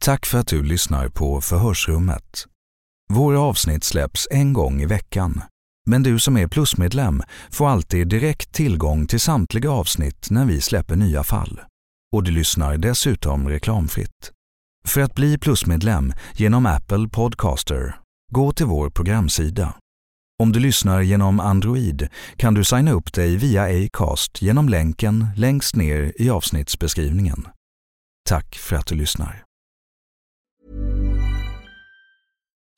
Tack för att du lyssnar på Förhörsrummet. Våra avsnitt släpps en gång i veckan, men du som är plusmedlem får alltid direkt tillgång till samtliga avsnitt när vi släpper nya fall. Och du lyssnar dessutom reklamfritt. För att bli plusmedlem genom Apple Podcaster, gå till vår programsida. Om du lyssnar genom Android kan du signa upp dig via Acast genom länken längst ner i avsnittsbeskrivningen. Tack för att du lyssnar.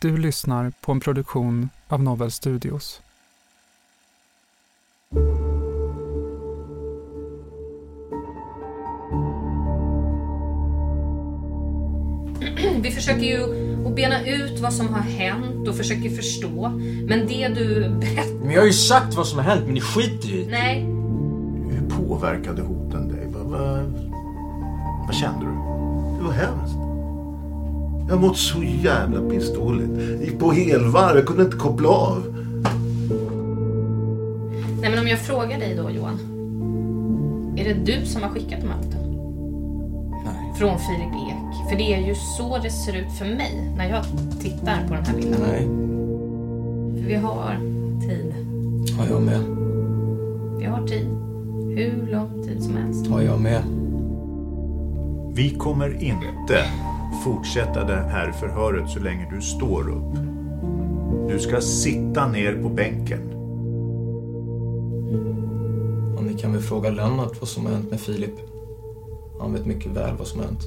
Du lyssnar på en produktion av Novel Studios. Vi försöker ju att bena ut vad som har hänt och försöker förstå. Men det du berättar... Men jag har ju sagt vad som har hänt men ni skiter i det. Nej. Hur Eh, påverkade hoten dig? Vad, vad, vad kände du? Det var hemskt. Jag har mått så jävla pissdåligt. Gick på helvarv. Jag kunde inte koppla av. Nej men om jag frågar dig då Johan. Är det du som har skickat de här hoten? Nej. Från Filip Ek? För det är ju så det ser ut för mig när jag tittar på den här bilden. Nej. För vi har tid. Har jag med? Vi har tid. Hur lång tid som helst. Har jag med? Vi kommer inte fortsätta det här förhöret så länge du står upp. Du ska sitta ner på bänken. Och ni kan väl fråga Lennart vad som har hänt med Filip. Han vet mycket väl vad som har hänt.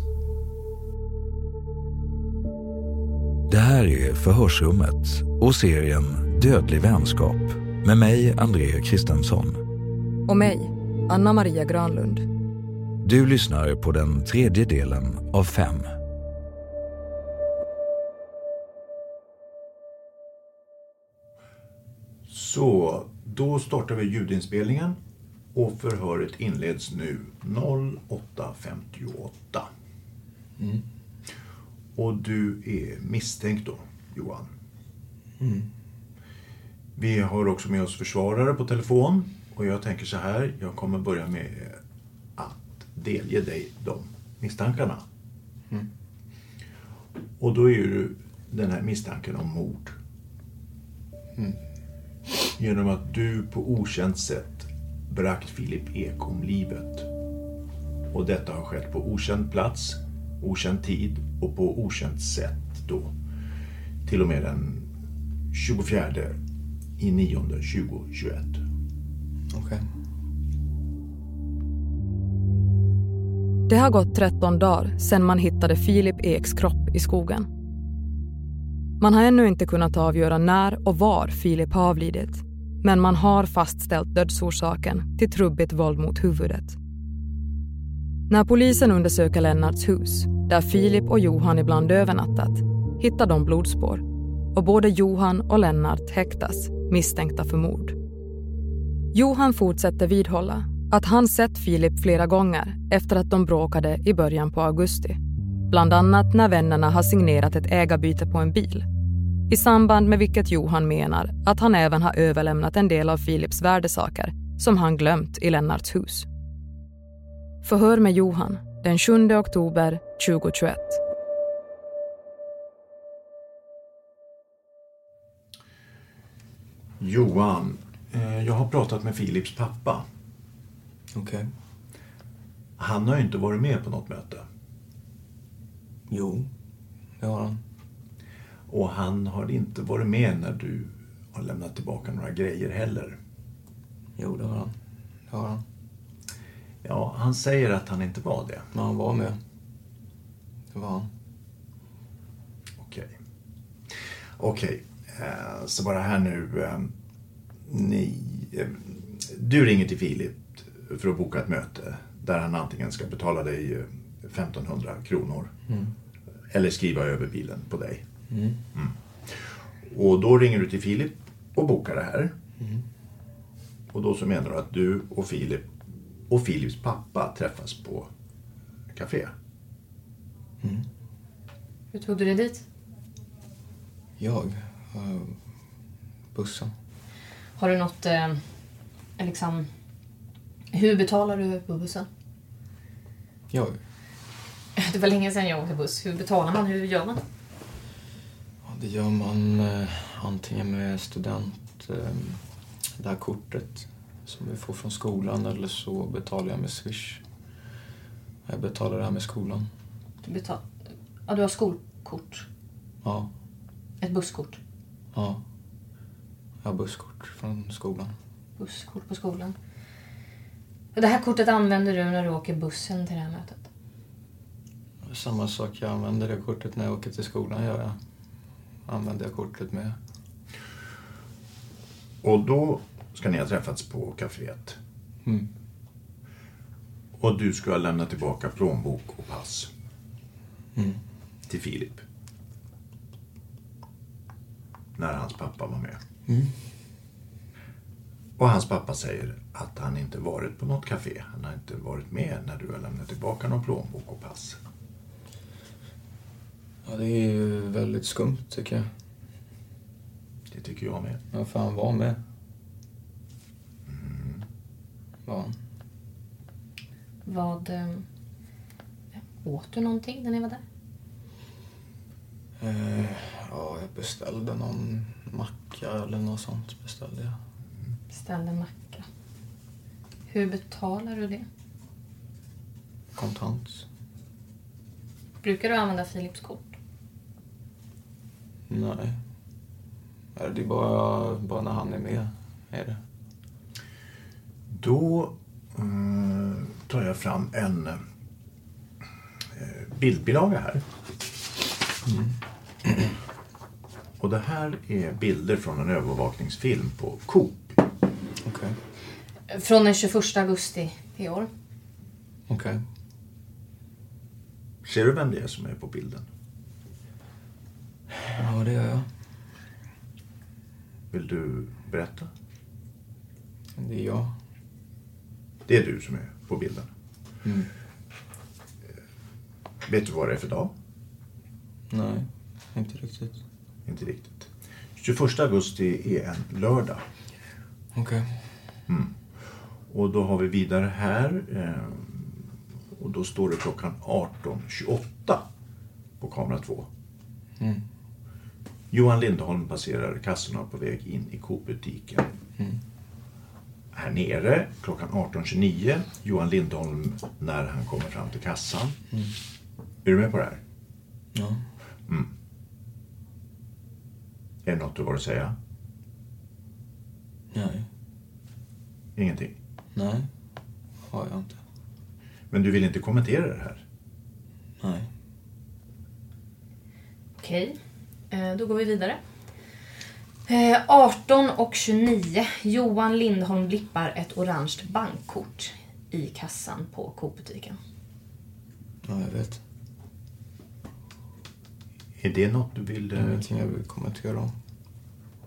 Det här är Förhörsrummet och serien Dödlig vänskap med mig, André Kristensson. Och mig, Anna Maria Granlund. Du lyssnar på den tredje delen av fem. Så, då startar vi ljudinspelningen och förhöret inleds nu 08.58. Och du är misstänkt då, Johan? Vi har också med oss försvarare på telefon och jag tänker så här, jag kommer börja med att delge dig de misstankarna. Och då är ju den här misstanken om mord genom att du på okänt sätt bragt Filip Ek om livet. Och detta har skett på okänd plats, okänd tid och på okänt sätt då. Till och med den 24 i 9 2021. Okej. Det har gått 13 dagar sedan man hittade Filip typ Eks kropp i skogen. Man har ännu inte kunnat avgöra när och var Filip har avlidit. Men man har fastställt dödsorsaken till trubbigt våld mot huvudet. När polisen undersöker Lennarts hus, där Filip och Johan ibland övernattat, hittar de blodspår. Och både Johan och Lennart häktas misstänkta för mord. Johan fortsätter vidhålla att han sett Filip flera gånger efter att de bråkade i början på augusti. Bland annat när vännerna har signerat ett ägarbyte på en bil. I samband med vilket Johan menar att han även har överlämnat en del av Filips värdesaker som han glömt i Lennarts hus. Förhör med Johan den 7 oktober 2021. Johan, eh, jag har pratat med Filips pappa. Okej. Han har ju inte varit med på något möte. Jo, det har han. Och han har inte varit med när du har lämnat tillbaka några grejer heller. Jo, det har han. Det har han. Ja, han säger att han inte var det. Men han var med. Det var han. Okej. Okej, eh, så bara här nu. eh, Ni, eh, du ringer till Filip för att boka ett möte där han antingen ska betala dig eh, 1500 kronor eller skriva över bilen på dig. Mm. Och då ringer du till Filip och bokar det här. Och då så menar du att du och Filip och Filips pappa träffas på café. Hur tog du dig dit? Jag? eh, bussen? Har du något, eh, liksom... Hur betalar du på bussen? Jag? Det var länge sedan jag åkte buss. Hur betalar man? Hur gör man? Ja, det gör man eh, antingen med student, eh, det här kortet som vi får från skolan eller så betalar jag med Swish. Jag betalar det här med skolan. Du, betal... ja, du har skolkort. Ja, Ett busskort. ja. Jag har busskort från skolan. Busskort på skolan. Och Det här kortet använder du när du åker bussen till det här mötet. Samma sak, jag använder det kortet när jag åker till skolan gör jag. Använder jag kortet med. Och då ska ni ha träffats på caféet. Mm. Och du ska lämna tillbaka plånbok och pass. Mm. Till Filip. När hans pappa var med. Mm. Och hans pappa säger att han inte varit på något café. Han har inte varit med när du har lämnat tillbaka någon plånbok och pass. Ja, det är ju väldigt skumt tycker jag. Det tycker jag med. Ja, för han var med. Var han? Vad... Eh, åt du någonting när ni var där? Eh, ja, jag beställde någon macka eller något sånt. Beställde jag. Beställde en macka. Hur betalar du det? Kontant. Brukar du använda Philips kort? Nej. Nej, Det är bara, bara när han är med. Är det. Då eh, tar jag fram en eh, bildbilaga här. Mm. Och det här är bilder från en övervakningsfilm på Coop. Okej. Från den 21 augusti i år. Okej. Ser du vem det är som är på bilden? Ja, det gör jag. Vill du berätta? Det är jag. Det är du som är på bilden. Mm. Eh, Vet du vad det är för dag? Nej, inte riktigt. Inte riktigt. 21 augusti är en lördag. Mm. Okej. Och då har vi vidare här. eh, Och då står det klockan 18.28 på kamera 2. Mm. Johan Lindholm passerar kassorna på väg in i Coop-butiken. Mm. Här nere klockan 18.29. Johan Lindholm när han kommer fram till kassan. Mm. Är du med på det här? Ja. Är det något du har att säga? Nej. Ingenting. Nej. Har jag inte. Men du vill inte kommentera det här? Nej. Okej, eh, då går vi vidare. Eh, 18 och 29. Johan Lindholm blippar ett orange bankkort i kassan på Coop-butiken. Ja, jag vet. Är det något du vill... Det är eh, ingenting jag vill kommentera om.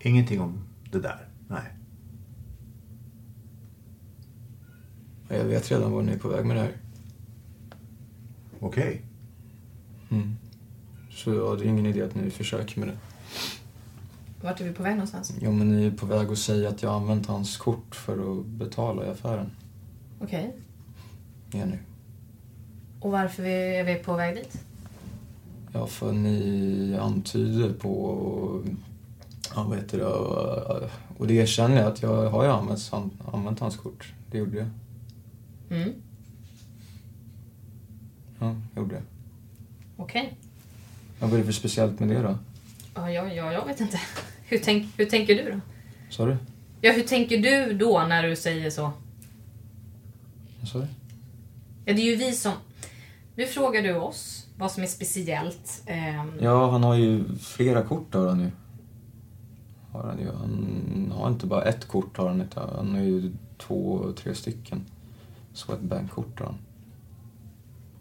Ingenting om det där? Nej. Jag vet redan var ni är på väg med det här. Okej. Mm. Så ja, det är ingen idé att ni försöker med det. Vart är vi på väg någonstans? Ja, men ni är på väg att säga att jag har använt hans kort för att betala i affären. Okej. Ja, nu. Och varför vi- är vi på väg dit? Ja, för ni antyder på... Ja, vad heter det? Och det erkänner jag att jag har ju använt, använt hans kort. Det gjorde jag. Mm. Ja, jag gjorde jag. Okej. Ja, vad är det för speciellt med det då? Ja, ja, ja, jag vet inte. Hur, tänk, hur tänker du då? Sa du? Ja, hur tänker du då när du säger så? Vad sa du? Ja, det är ju vi som... Nu frågar du oss vad som är speciellt. ehm, Ja, han har ju flera kort har han ju. Har han ju. Han har inte bara ett kort har han utan han har ju två, tre stycken. Så ett bankkort har han.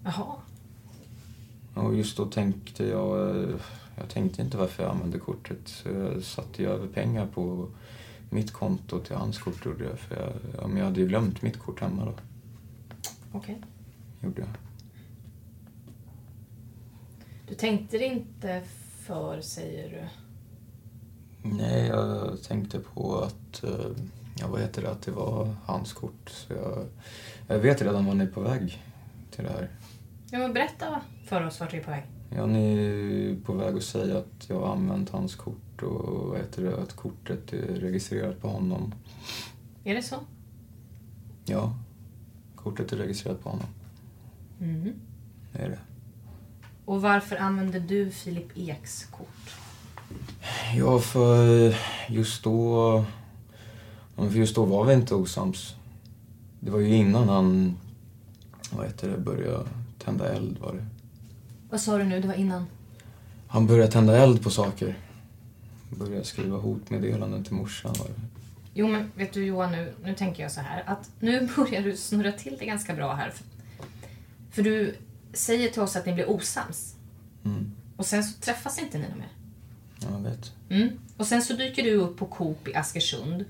Jaha. Och just då tänkte jag, eh, jag tänkte inte varför jag använde kortet. Så jag satte ju över pengar på mitt konto till hans kort gjorde jag. För jag, ja, men jag hade ju glömt mitt kort hemma då. Okej. Gjorde jag. Du tänkte det inte för, säger du. Nej, jag tänkte på att, eh, ja vad heter det, att det var hans kort. Så jag, jag vet redan var ni är på väg till det här. Ja, men berätta för oss vart vi är på väg. Ja, ni är på väg att säga att jag har använt hans kort och vad heter det, att kortet är registrerat på honom. Är det så? Ja, kortet är registrerat på honom. Mm. Det är det. Och varför använder du Filip Eks kort? Ja, för eh, just då... ja, men För just då var vi inte osams. Det var ju innan han, vad heter det, började tända eld var det. Vad sa du nu? Det var innan. Han började tända eld på saker. Började skriva hotmeddelanden till morsan. Var det. Jo, men vet du Johan, nu, nu tänker jag så här att nu börjar du snurra till det ganska bra här. För, för du säger till oss att ni blir osams. Mm. Och sen så träffas inte ni någon mer. Ja, jag vet. Mm. Och sen så dyker du upp på Coop i Askersund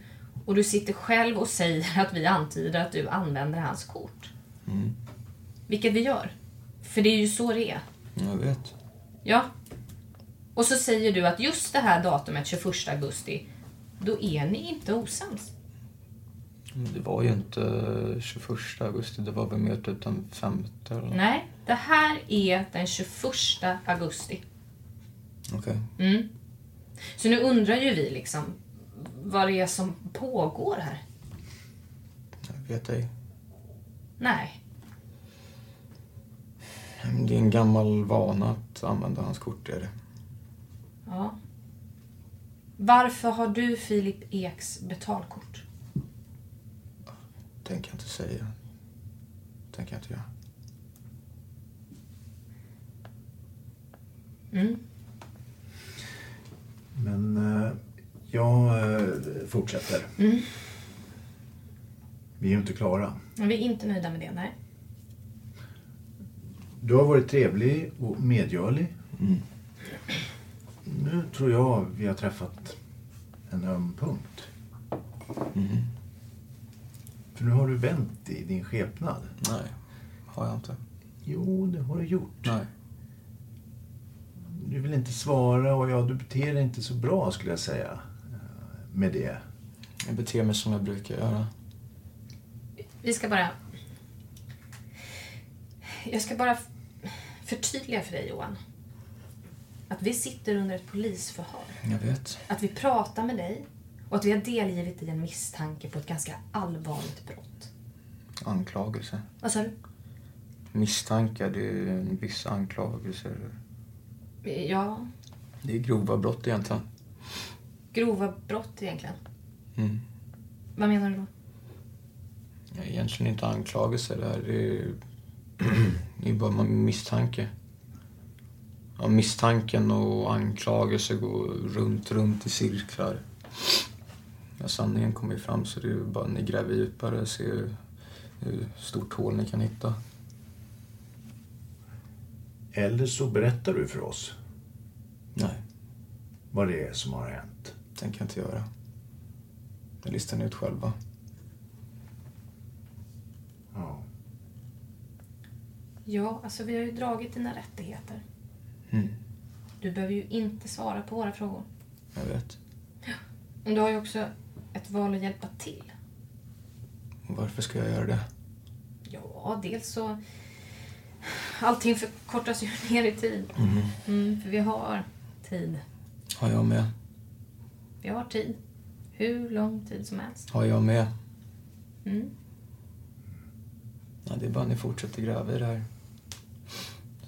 och du sitter själv och säger att vi antyder att du använder hans kort. Mm. Vilket vi gör. För det är ju så det är. Jag vet. Ja. Och så säger du att just det här datumet, 21 augusti, då är ni inte osams. Men Det var ju inte 21 augusti, det var väl mer typ den 5 eller något. Nej, det här är den 21 augusti. Okej. Mm. Så nu undrar ju vi liksom vad det är som pågår här. Jag vet ej. Nej. Nej, men Det är en gammal vana att använda hans kort, det är det. Ja. Varför har du Filip Eks betalkort? Tänker jag inte säga. Tänker jag inte göra. Mm. Men eh, jag eh, fortsätter. Mm. Vi är ju inte klara. Men vi är inte nöjda med det, nej. Du har varit trevlig och medgörlig. Nu tror jag vi har träffat en öm punkt. För nu har du vänt i din skepnad. Nej, har jag inte. Jo, det har du gjort. Nej. Du vill inte svara och ja, du beter dig inte så bra skulle jag säga. eh, Med det. Jag beter mig som jag brukar göra. Vi ska bara... Jag ska bara förtydliga för dig, Johan. Att vi sitter under ett polisförhör. Jag vet. Att vi pratar med dig och att vi har delgivit dig en misstanke på ett ganska allvarligt brott. Alltså, Anklagelse. Vad sa du? Misstankar, det är en viss anklagelser. Ja, Det är grova brott egentligen. grova brott egentligen. Mm. Vad menar du då? Ja, Egentligen inte anklagelser det här. Det är, det är bara man- misstanke. Ja, misstanken och anklagelser går runt, runt i cirklar. Ja, sanningen kommer ju fram så det är ju bara ni gräver djupare och ser hur stort hål ni kan hitta. Eller så berättar du för oss Nej, vad det är som har hänt. tänker jag inte göra. Det listar ni ut själva. Ja. Ja, alltså vi har ju dragit dina rättigheter. Mm, Du behöver ju inte svara på våra frågor. jag vet. Men du har ju också ett val att hjälpa till. Varför ska jag göra det? Ja, dels så... Allting förkortas ju ner i tid. Mhm. Mm, för vi har tid. Har jag med? Vi har tid. Hur lång tid som helst. Har jag med? Mm. Ja, det är bara ni fortsätter gräva i det här. Då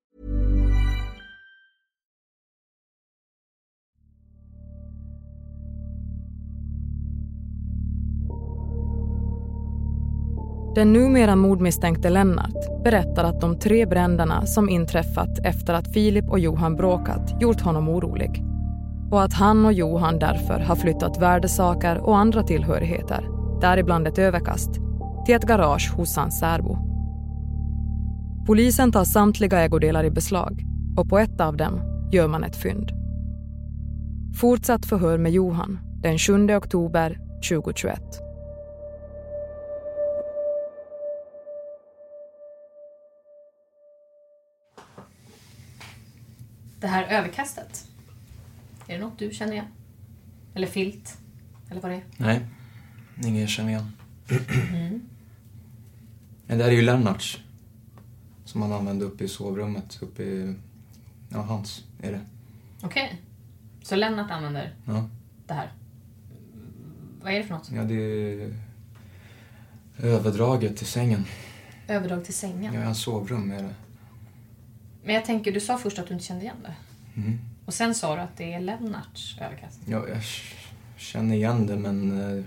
Den numera mordmisstänkte Lennart berättar att de tre bränderna som inträffat efter att Filip och Johan bråkat gjort honom orolig och att han och Johan därför har flyttat värdesaker och andra tillhörigheter, däribland ett överkast, till ett garage hos hans särbo. Polisen tar samtliga ägodelar i beslag och på ett av dem gör man ett fynd. Fortsatt förhör med Johan den 7 oktober 2021. Det här överkastet. Är det något du känner igen? Eller filt? Eller vad det är? Nej, ingen jag känner igen. Mm. Men det här är ju Lennarts. Som han använde uppe i sovrummet. Uppe i... Ja, hans är det. Okej. Så Lennart använder Ja, det här. Mm, Vad är det för något? ja det är överdraget till sängen. Överdrag till sängen. Ja, i hans sovrum är det. Men jag tänker, du sa först att du inte kände igen det. Mm. Och sen sa du att det är Lennarts överkast. Ja, jag känner igen det men eh,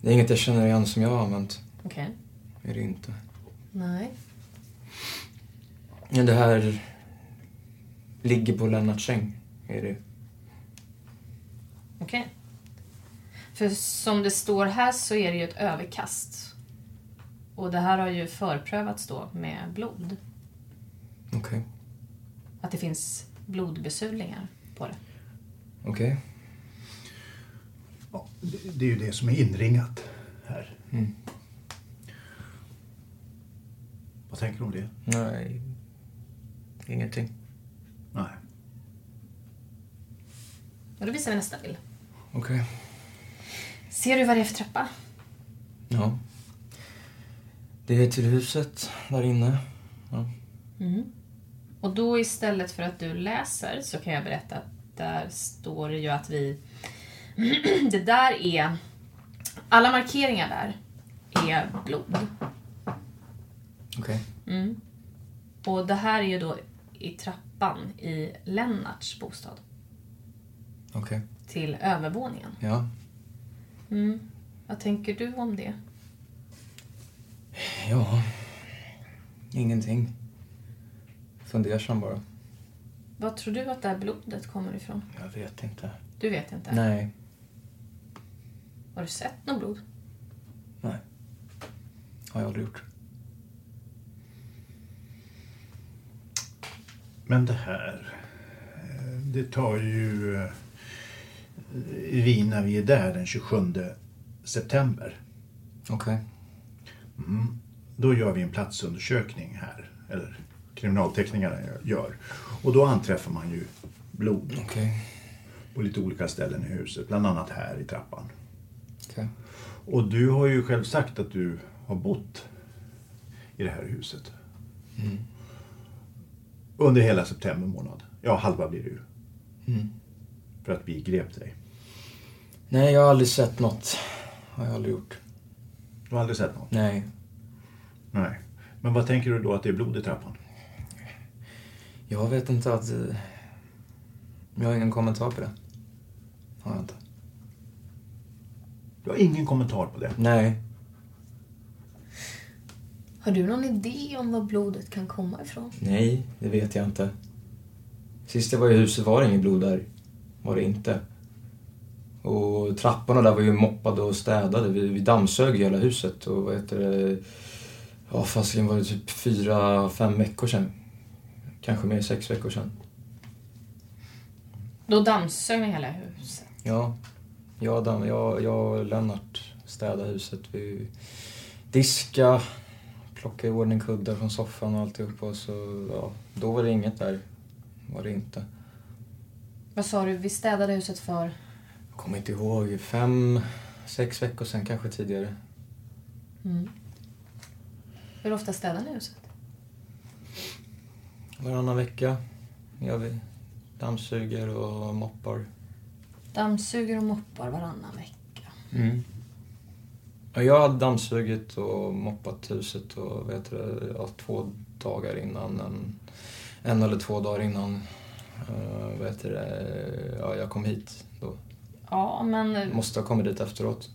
det är inget jag känner igen som jag har använt. Okej. Är det inte. Nej. Men det här ligger på Lennarts säng. Är det. Okej. För som det står här så är det ju ett överkast. Och det här har ju förprövats då med blod. Okej. Att det finns blodbesudlingar på det. Okej. Ja, det- det är ju det som är inringat här. Mm. Vad tänker du om det? Nej, ingenting. Nej. Och då visar vi nästa bild. Okej. Ser du vad det är för trappa? Ja. Det är till huset där inne. Ja. Mm. Och då istället för att du läser så kan jag berätta att där står det ju att vi... det där är... Alla markeringar där är blod. Okej. Mm. Och det här är ju då i trappan i Lennarts bostad Okej. till övervåningen. Ja. Mm. Vad tänker du om det? Ja. Ingenting. Fundersam bara. Vad tror du att det här blodet kommer ifrån? Jag vet inte. Du vet inte? Nej. Har du sett något blod? Nej. Har jag aldrig gjort. Men det här, eh, det tar ju eh, vi när vi är där den 27 september. Okej. Mm. Då gör vi en platsundersökning här, eller kriminalteknikerna gör. Och då anträffar man ju blod på lite olika ställen i huset, bland annat här i trappan. Okej. Och du har ju själv sagt att du har bott i det här huset. Mm. Under hela september månad. Ja, halva blir det ju. Mm. För att vi grep dig. Nej, jag har aldrig sett något. Har jag aldrig gjort. Du har aldrig sett något? Nej. Nej. Men vad tänker du då att det är blod i trappan? Jag vet inte att... eh, Jag har ingen kommentar på det. Har jag inte. Du har ingen kommentar på det? Nej. Har du någon idé om var blodet kan komma ifrån? Nej, det vet jag inte. Sist jag var i huset var det inget blod där. Var det inte. Och trapporna där var ju moppade och städade. Vi, vi dammsög ju hela huset och vad heter det... Ja, fasiken var det typ fyra, fem veckor sedan. Kanske mer, sex veckor sedan. Då dammsög ni hela huset. Ja, jag, Dan, jag, jag och Lennart städade huset. Vi diska, plockade i ordning kuddar från soffan och alltihopa. Och så, ja, då var det inget där. Var det inte. Vad sa du? Vi städade huset för... Jag kommer inte ihåg. Fem, sex veckor sedan kanske tidigare. Mm. Hur ofta städar ni huset? Varannan vecka gör vi dammsuger och moppar. Dammsuger och moppar varannan vecka. Mm. Jag hade dammsugit och moppat huset och vet du, ja, två dagar innan. En, en eller två dagar innan uh, vet du, eh, ja, jag kom hit. Då. Ja, men... Måste ha kommit dit efteråt.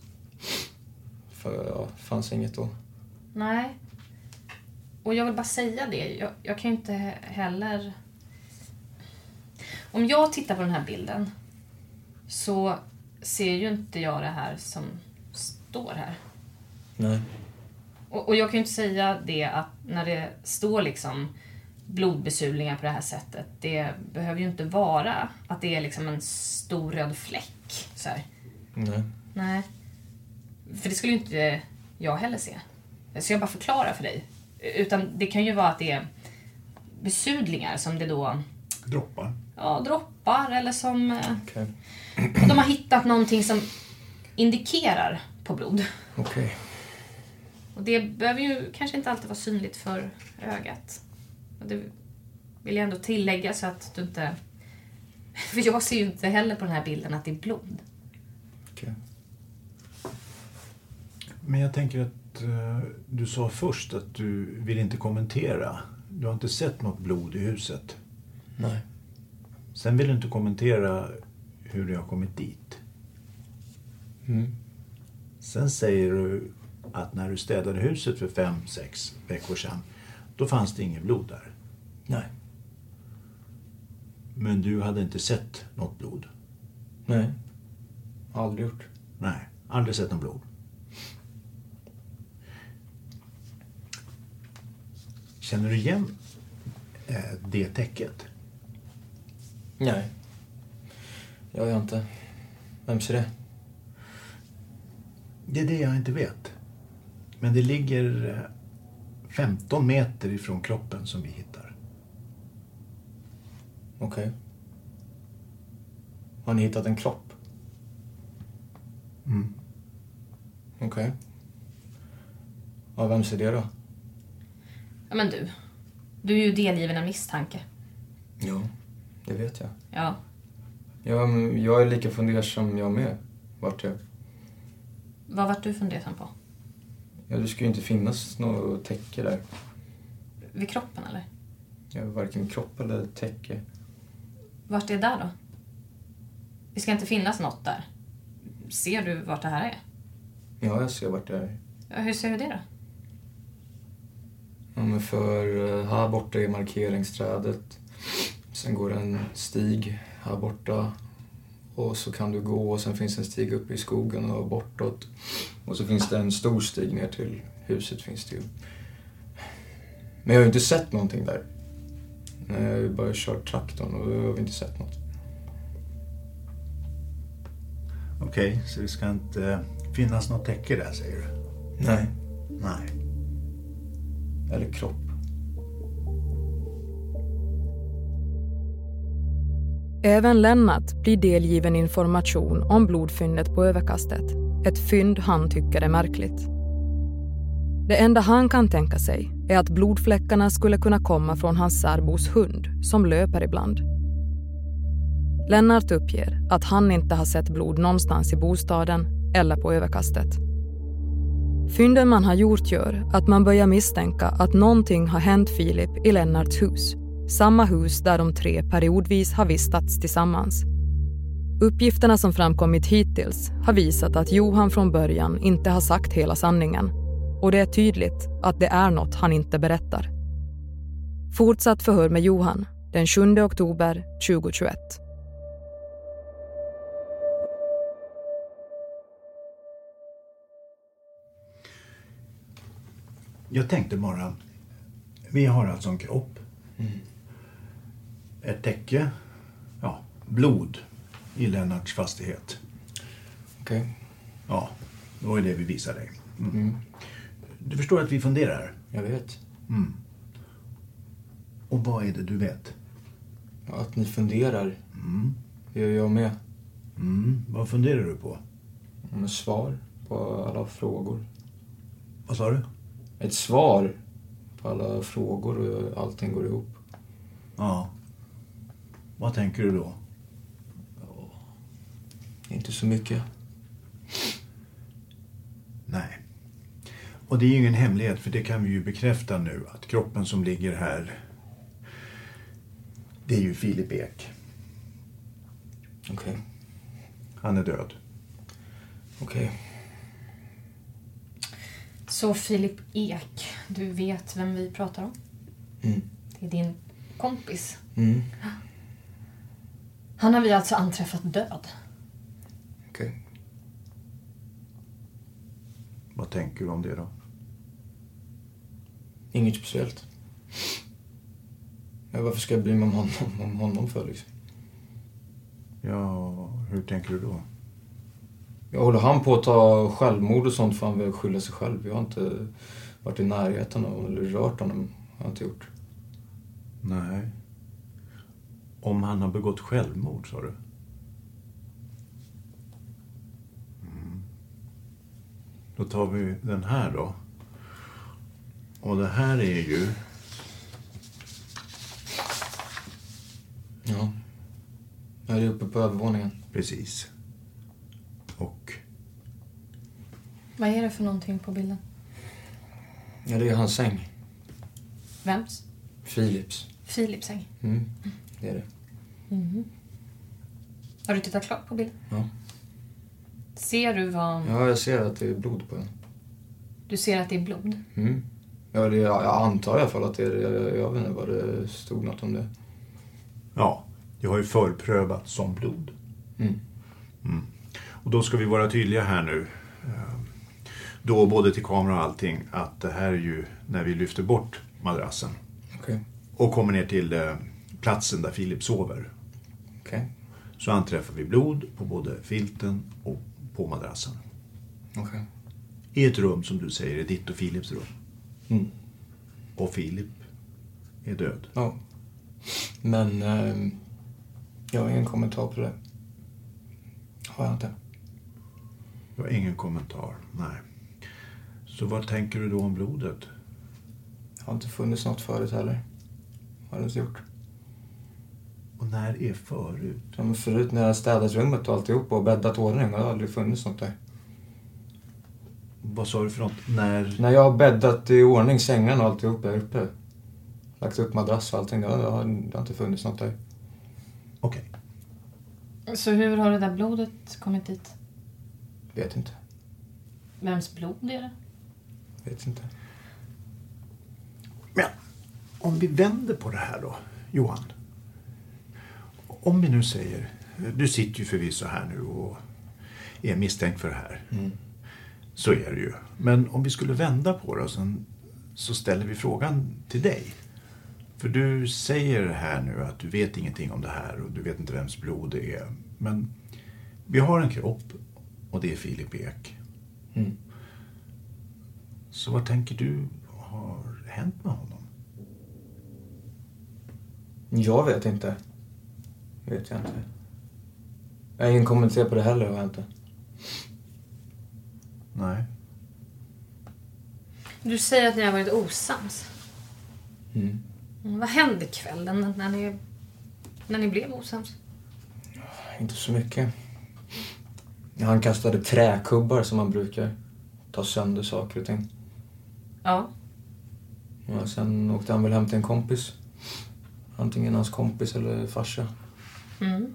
För ja, fanns inget då. Nej. Och jag vill bara säga det. Jag, jag kan ju inte he- heller... Om jag tittar på den här bilden så ser ju inte jag det här som står här. Nej. Och, och jag kan ju inte säga det att när det står liksom blodbesudlingar på det här sättet, det behöver ju inte vara att det är liksom en stor röd fläck. Så här. Nej. Nej. För det skulle ju inte jag heller se. Så jag bara förklarar för dig. Utan det kan ju vara att det är besudlingar som det då Droppar. ja, droppar eller som... eh, Okej. och De har hittat någonting som indikerar på blod. Okej. Och det behöver ju kanske inte alltid vara synligt för ögat. Och det vill jag ändå tillägga så att du inte... För jag ser ju inte heller på den här bilden att det är blod. Men jag tänker att eh, du sa först att du vill inte kommentera. Du har inte sett något blod i huset. Nej. Sen vill du inte kommentera hur det har kommit dit. Mm. Sen säger du att när du städade huset för fem, sex veckor sedan, då fanns det inget blod där. Nej. Men du hade inte sett något blod? Nej. Aldrig gjort. Nej, aldrig sett något blod. Känner du igen eh, det täcket? Nej. Jag gör inte. Vems är det? Det är det jag inte vet. Men det ligger eh, 15 meter ifrån kroppen som vi hittar. Okej. Har ni hittat en kropp? Mm. Okej. Ja, vems är det då? Ja, men du. Du är ju delgiven en misstanke. Ja, det vet jag. Ja. Jag, jag är lika fundersam jag med. Vart jag... Vad vart du fundersam på? Ja, det ska ju inte finnas något täcke där. Vid kroppen eller? Jag har varken kropp eller täcke. Vart är där då? Det ska inte finnas något där. Ser du vart det här är? Ja, jag ser vart det är. Ja, Hur ser du det då? Ja, men för eh, här borta är markeringsträdet. Sen går en stig här borta. Och så kan du gå och sen finns en stig upp i skogen och bortåt. Och så finns det en stor stig ner till huset finns det ju. Men jag har ju inte sett någonting där. Nej, jag har ju bara kört traktorn och då har vi inte sett något. Okej, så det ska inte finnas något täcke där säger du? Nej. Nej. Eller kropp. Även Lennart blir delgiven information om blodfyndet på överkastet. Ett fynd han tycker är märkligt. Det enda han kan tänka sig är att blodfläckarna skulle kunna komma från hans särbos hund som löper ibland. Lennart uppger att han inte har sett blod någonstans i bostaden eller på överkastet. Fynden man har gjort gör att man börjar misstänka att någonting har hänt Filip i Lennarts hus. Samma hus där de tre periodvis har vistats tillsammans. Uppgifterna som framkommit hittills har visat att Johan från början inte har sagt hela sanningen. Och det är tydligt att det är något han inte berättar. Fortsatt förhör med Johan den 7 oktober 2021. Jag tänkte bara, vi har alltså en kropp. Mm. Ett täcke. Ja, blod i Lennarts fastighet. Okej. Ja, det var ju det vi visade dig. Mm. Mm. Du förstår att vi funderar? Jag vet. Mm. Och vad är det du vet? Att ni funderar. Mm. Det gör jag med. Mm. Vad funderar du på? Men svar på alla frågor. Vad sa du? Ett svar på alla frågor och allting går ihop. Ja. Vad tänker du då? Inte så mycket. Nej. Och det är ju ingen hemlighet för det kan vi ju bekräfta nu att kroppen som ligger här det är ju Filip Ek. Okej. Han är död. Okej. Så Filip Ek, du vet vem vi pratar om? Mm. Det är din kompis. Mm. Han har vi alltså anträffat död. Okej. Vad tänker du om det då? Inget speciellt. Men varför ska jag bry mig om honom, om honom för liksom? Ja, hur tänker du då? Jag håller han på att ta självmord och sånt får han väl skylla sig själv. Jag har inte varit i närheten av honom eller rört honom. Har jag inte gjort. Nej. Om han har begått självmord sa du? Mm. Då tar vi den här då. Och det här är ju... Ja. Jag är uppe på övervåningen. Precis. Och? Vad är det för någonting på bilden? Ja, det är hans säng. Vems? Philips. Filips säng. Mm. Det är det. Mhm. Har du tittat klart på bilden? Ja. Ser du vad... ja, jag ser att det är blod på den. Du ser att det är blod? Mm. Ja, det, jag antar i alla fall att det är jag, jag vet inte vad det stod något om det. Ja, det har ju förprövats som blod. Mm. Mm. Och då ska vi vara tydliga här nu. eh, Då både till kamera och allting att det här är ju när vi lyfter bort madrassen Okej. och kommer ner till eh, platsen där Filip sover. Okej. Så anträffar vi blod på både filten och på madrassen. Okej. I ett rum som du säger är ditt och Philips rum. Mm. Och Filip är död. Ja. Men eh, jag har ingen kommentar på det. Har jag inte. Jag har ingen kommentar, nej. Så vad tänker du då om blodet? Det har inte funnits något förut heller. Har det inte gjort. Och när är förut? Ja, men förut när jag städat rummet och alltihop och bäddat ordning har det aldrig funnits något där. Vad sa du för något? När? När jag har bäddat i ordning sängarna och alltihop där uppe. Lagt upp madrass och allting. Det har, det har inte funnits något där. Så hur har det där blodet kommit dit? Vet inte. Vems blod är det? Vet inte. Om vi vänder på det här då, Johan. Om vi nu säger, du sitter ju förvisso här nu och är misstänkt för det här. Mm. Så är det ju. Men om vi skulle vända på det och sen så ställer vi frågan till dig. För du säger här nu att du vet ingenting om det här och du vet inte vems blod det är. Men vi har en kropp och det är Filip Ek. Mm. Så vad tänker du har hänt med honom? Jag vet inte. Vet jag inte. Jag har ingen kommentar på det heller har jag inte. Nej. Du säger att ni har varit osams. Mm. Mm, Vad hände kvällen när ni, när ni blev osams? Inte så mycket. Han kastade träkubbar som han brukar. Ta sönder saker och ting. Ja. Ja, sen åkte han väl hem till en kompis. Antingen hans kompis eller farsa. Mm.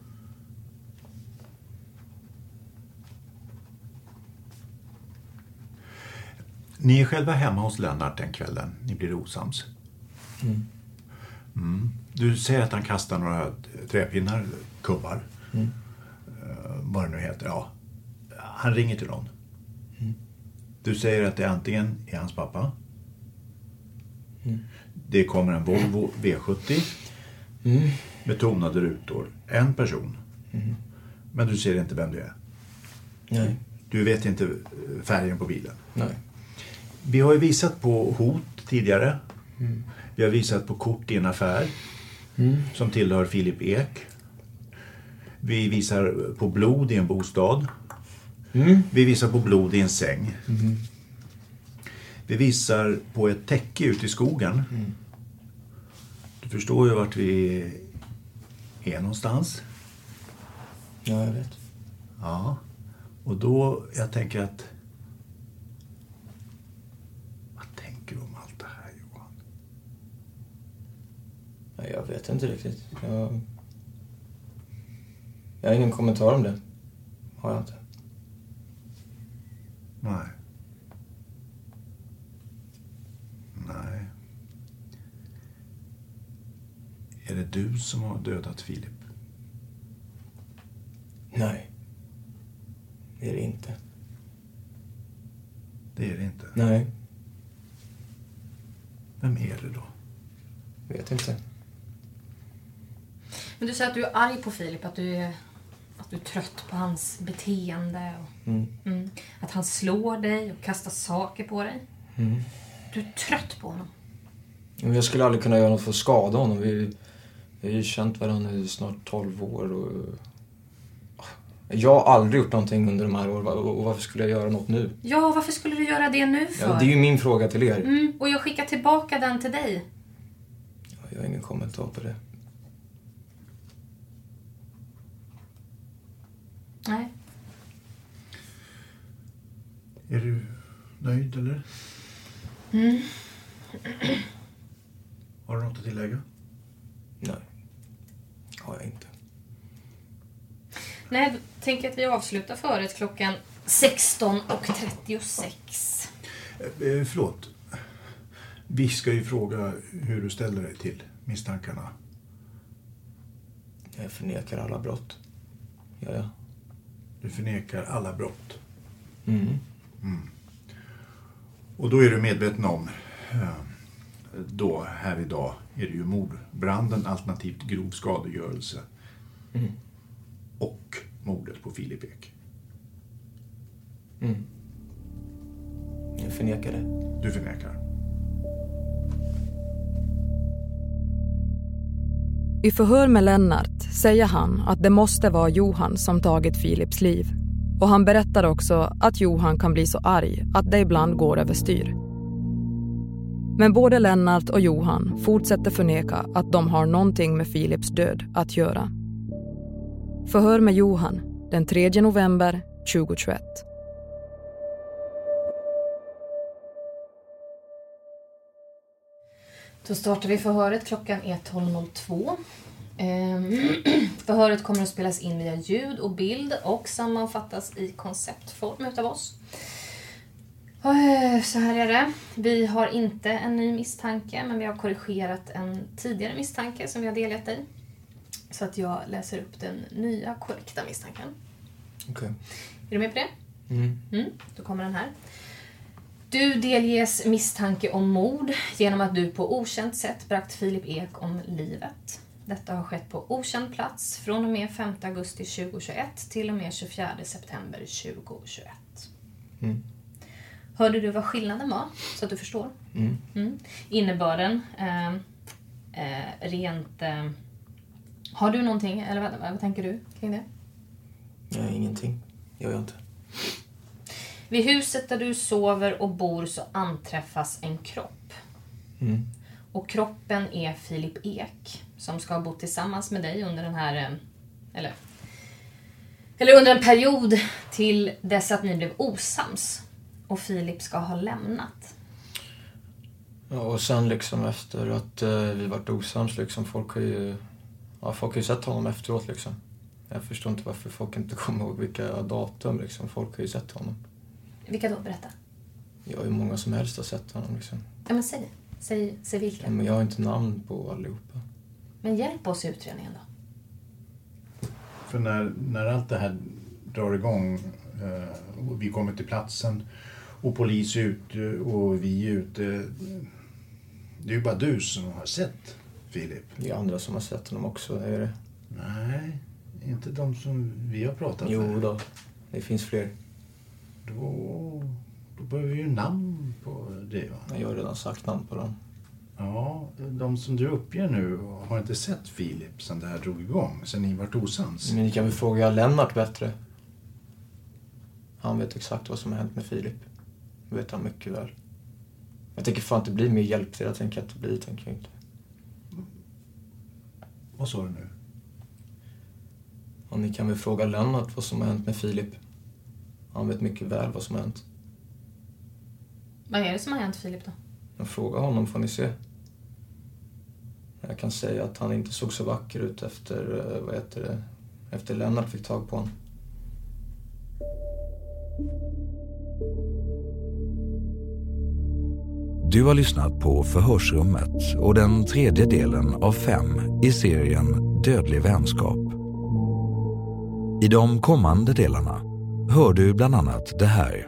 Ni är själva hemma hos Lennart den kvällen. Ni blir osams. Mm. Mm. Du säger att han kastar några träpinnar, kubbar. Mm. Eh, vad det nu heter. Ja. Han ringer till någon. Du säger att det antingen är hans pappa. Mm. Det kommer en Volvo V70 Mm. med tonade rutor. En person. Men du ser inte vem det är. Nej. Du vet inte eh, färgen på bilen. Nej. Vi har ju visat på hot tidigare. Mm. Vi har visat på kort i en affär Mm. som tillhör Filip Ek. Vi visar på blod i en bostad. Vi visar på blod i en säng. Mm. Vi visar på ett täcke ute i skogen. Mm. Du förstår ju vart vi är någonstans. Ja, jag vet. Ja. Och då, jag tänker att... Vad tänker du om allt det här Johan? Nej, jag vet inte riktigt. Jag... jag har ingen kommentar om det. Har jag inte. Nej. Nej. Är det du som har dödat Filip? Nej. Det är det inte. Det är det inte. Nej. Vem är det då? Vet inte. Men du säger att du är arg på Filip, att du är, att du är trött på hans beteende. Och, Mm. mm, att han slår dig och kastar saker på dig. Mm. Du är trött på honom. Men Jag skulle aldrig kunna göra något för att skada honom. Vi, vi har ju känt varandra i snart 12 år och... Jag har aldrig gjort någonting under de här åren och och varför skulle jag göra något nu? Ja, varför skulle du göra det nu för? Ja, det är ju min fråga till er. mm, och jag skickar tillbaka den till dig. Jag har ingen kommentar på det. Nej. Är du nöjd eller? Mm. Har du något att tillägga? Nej. Har jag inte. Nej, då tänker jag att vi avslutar förut klockan 16.36. Eh, eh, förlåt. Vi ska ju fråga hur du ställer dig till misstankarna. Jag förnekar alla brott. Ja, ja. Du förnekar alla brott. Mm. Och då är du medveten om, eh, då här idag, är det ju mordbranden alternativt grov skadegörelse Mm. och mordet på Filip Ek. Mm. Jag förnekar det. Du förnekar. I förhör med Lennart säger han att det måste vara Johan som tagit Filips liv. Och han berättar också att Johan kan bli så arg att det ibland går överstyr. Men både Lennart och Johan fortsätter förneka att de har någonting med Filips död att göra. Förhör med Johan den 3 november 2021. Då startar vi förhöret. Klockan är 12.02. Ehm, Förhöret kommer att spelas in via ljud och bild och sammanfattas i konceptform utav oss. Eh, Så här är det. Vi har inte en ny misstanke, men vi har korrigerat en tidigare misstanke som vi har delat i. Så att jag läser upp den nya korrekta misstanken. Okej. Är du med på det? Mm. Mm, då kommer den här. Du delges misstanke om mord genom att du på okänt sätt bragt Filip Ek om livet. Detta har skett på okänd plats från och med 5 augusti 2021 till och med 24 september 2021. Mm. Hörde du vad skillnaden var? Så att du förstår. Mm. Mm. Innebörden. Eh, eh, rent... Eh, har du någonting, eller vad, vad tänker du kring det? Nej, ingenting. Gör jag inte. Vid huset där du sover och bor så anträffas en kropp. Mm. Och kroppen är Filip Ek som ska ha bott tillsammans med dig under den här... eh, Eller, eller under en period till dess att ni blev osams. Och Filip ska ha lämnat. Ja, och sen liksom efter att eh, vi vart osams liksom, folk har ju... Ja, folk har ju sett honom efteråt liksom. Jag förstår inte varför folk inte kommer ihåg vilka datum liksom. Folk har ju sett honom. Vilka då? Berätta. Jag har ju många som helst har sett honom liksom. Ja, men säg. Säg, säg vilka. Men jag har inte namn på allihopa. Men hjälp oss i utredningen då. För när, när allt det här drar igång eh, och vi kommer till platsen och polis är ute och vi är ute. Det är ju bara du som har sett Filip. Det är andra som har sett honom också, är det? Nej, inte de som vi har pratat med. Jo då, det finns fler. Då, då behöver vi ju namn på det va? Jag har redan sagt namn på dem. Ja, de som du uppger nu har inte sett Filip sen det här drog igång, sen ni vart osams. Men ni kan väl fråga Lennart bättre? Han vet exakt vad som har hänt med Filip. Det vet han mycket väl. Jag tänker fan inte bli mer hjälp till det. Jag tänker att det blir, tänker jag inte. Vad sa du nu? Och ni kan väl fråga Lennart vad som har hänt med Filip. Han vet mycket väl vad som har hänt. Vad är det som har hänt Filip då? Men fråga honom får ni se. Jag kan säga att han inte såg så vacker ut efter, eh, vad heter det, efter Lennart fick tag på honom. Du har lyssnat på Förhörsrummet och den tredje delen av fem i serien Dödlig vänskap. I de kommande delarna hör du bland annat det här.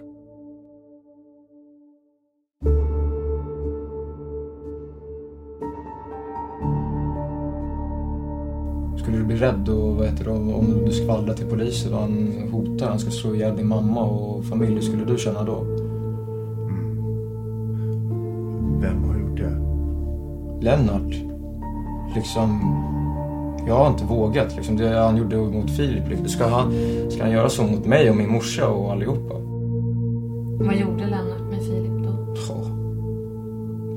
Skulle du bli rädd och, vad heter det, om om du skvallrar till polisen och han hotar, han ska slå ihjäl din mamma och familj, hur skulle du känna då? Vem har gjort det? Lennart, liksom... Jag har inte vågat. Liksom, det han gjorde mot Filip, liksom, ska, han, ska han göra så mot mig och min morsa och allihopa? Vad gjorde Lennart med Filip då? Ja.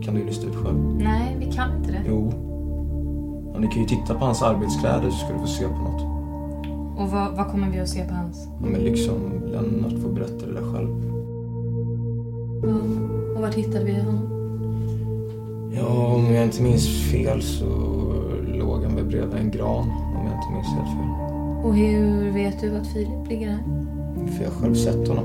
Kan du lyssna ut själv? Nej, vi kan inte det. Jo. Ja, ni kan ju titta på hans arbetskläder så ska du få se på något. Och vad, vad kommer vi att se på hans? Ja, men liksom, Lennart får berätta det där själv. Och vart hittade vi honom? Ja, om jag inte minns fel så låg han väl bredvid en gran. Om jag inte minns helt fel. Och hur vet du att Filip ligger här? För jag har själv sett honom.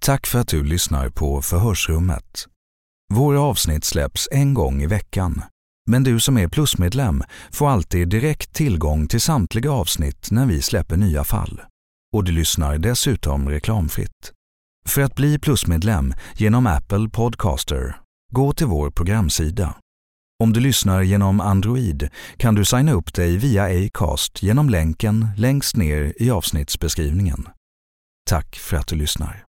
Tack för att du lyssnar på Förhörsrummet. Våra avsnitt släpps en gång i veckan. Men du som är plusmedlem får alltid direkt tillgång till samtliga avsnitt när vi släpper nya fall. Och du lyssnar dessutom reklamfritt. För att bli plusmedlem genom Apple Podcaster, gå till vår programsida. Om du lyssnar genom Android kan du signa upp dig via Acast genom länken längst ner i avsnittsbeskrivningen. Tack för att du lyssnar.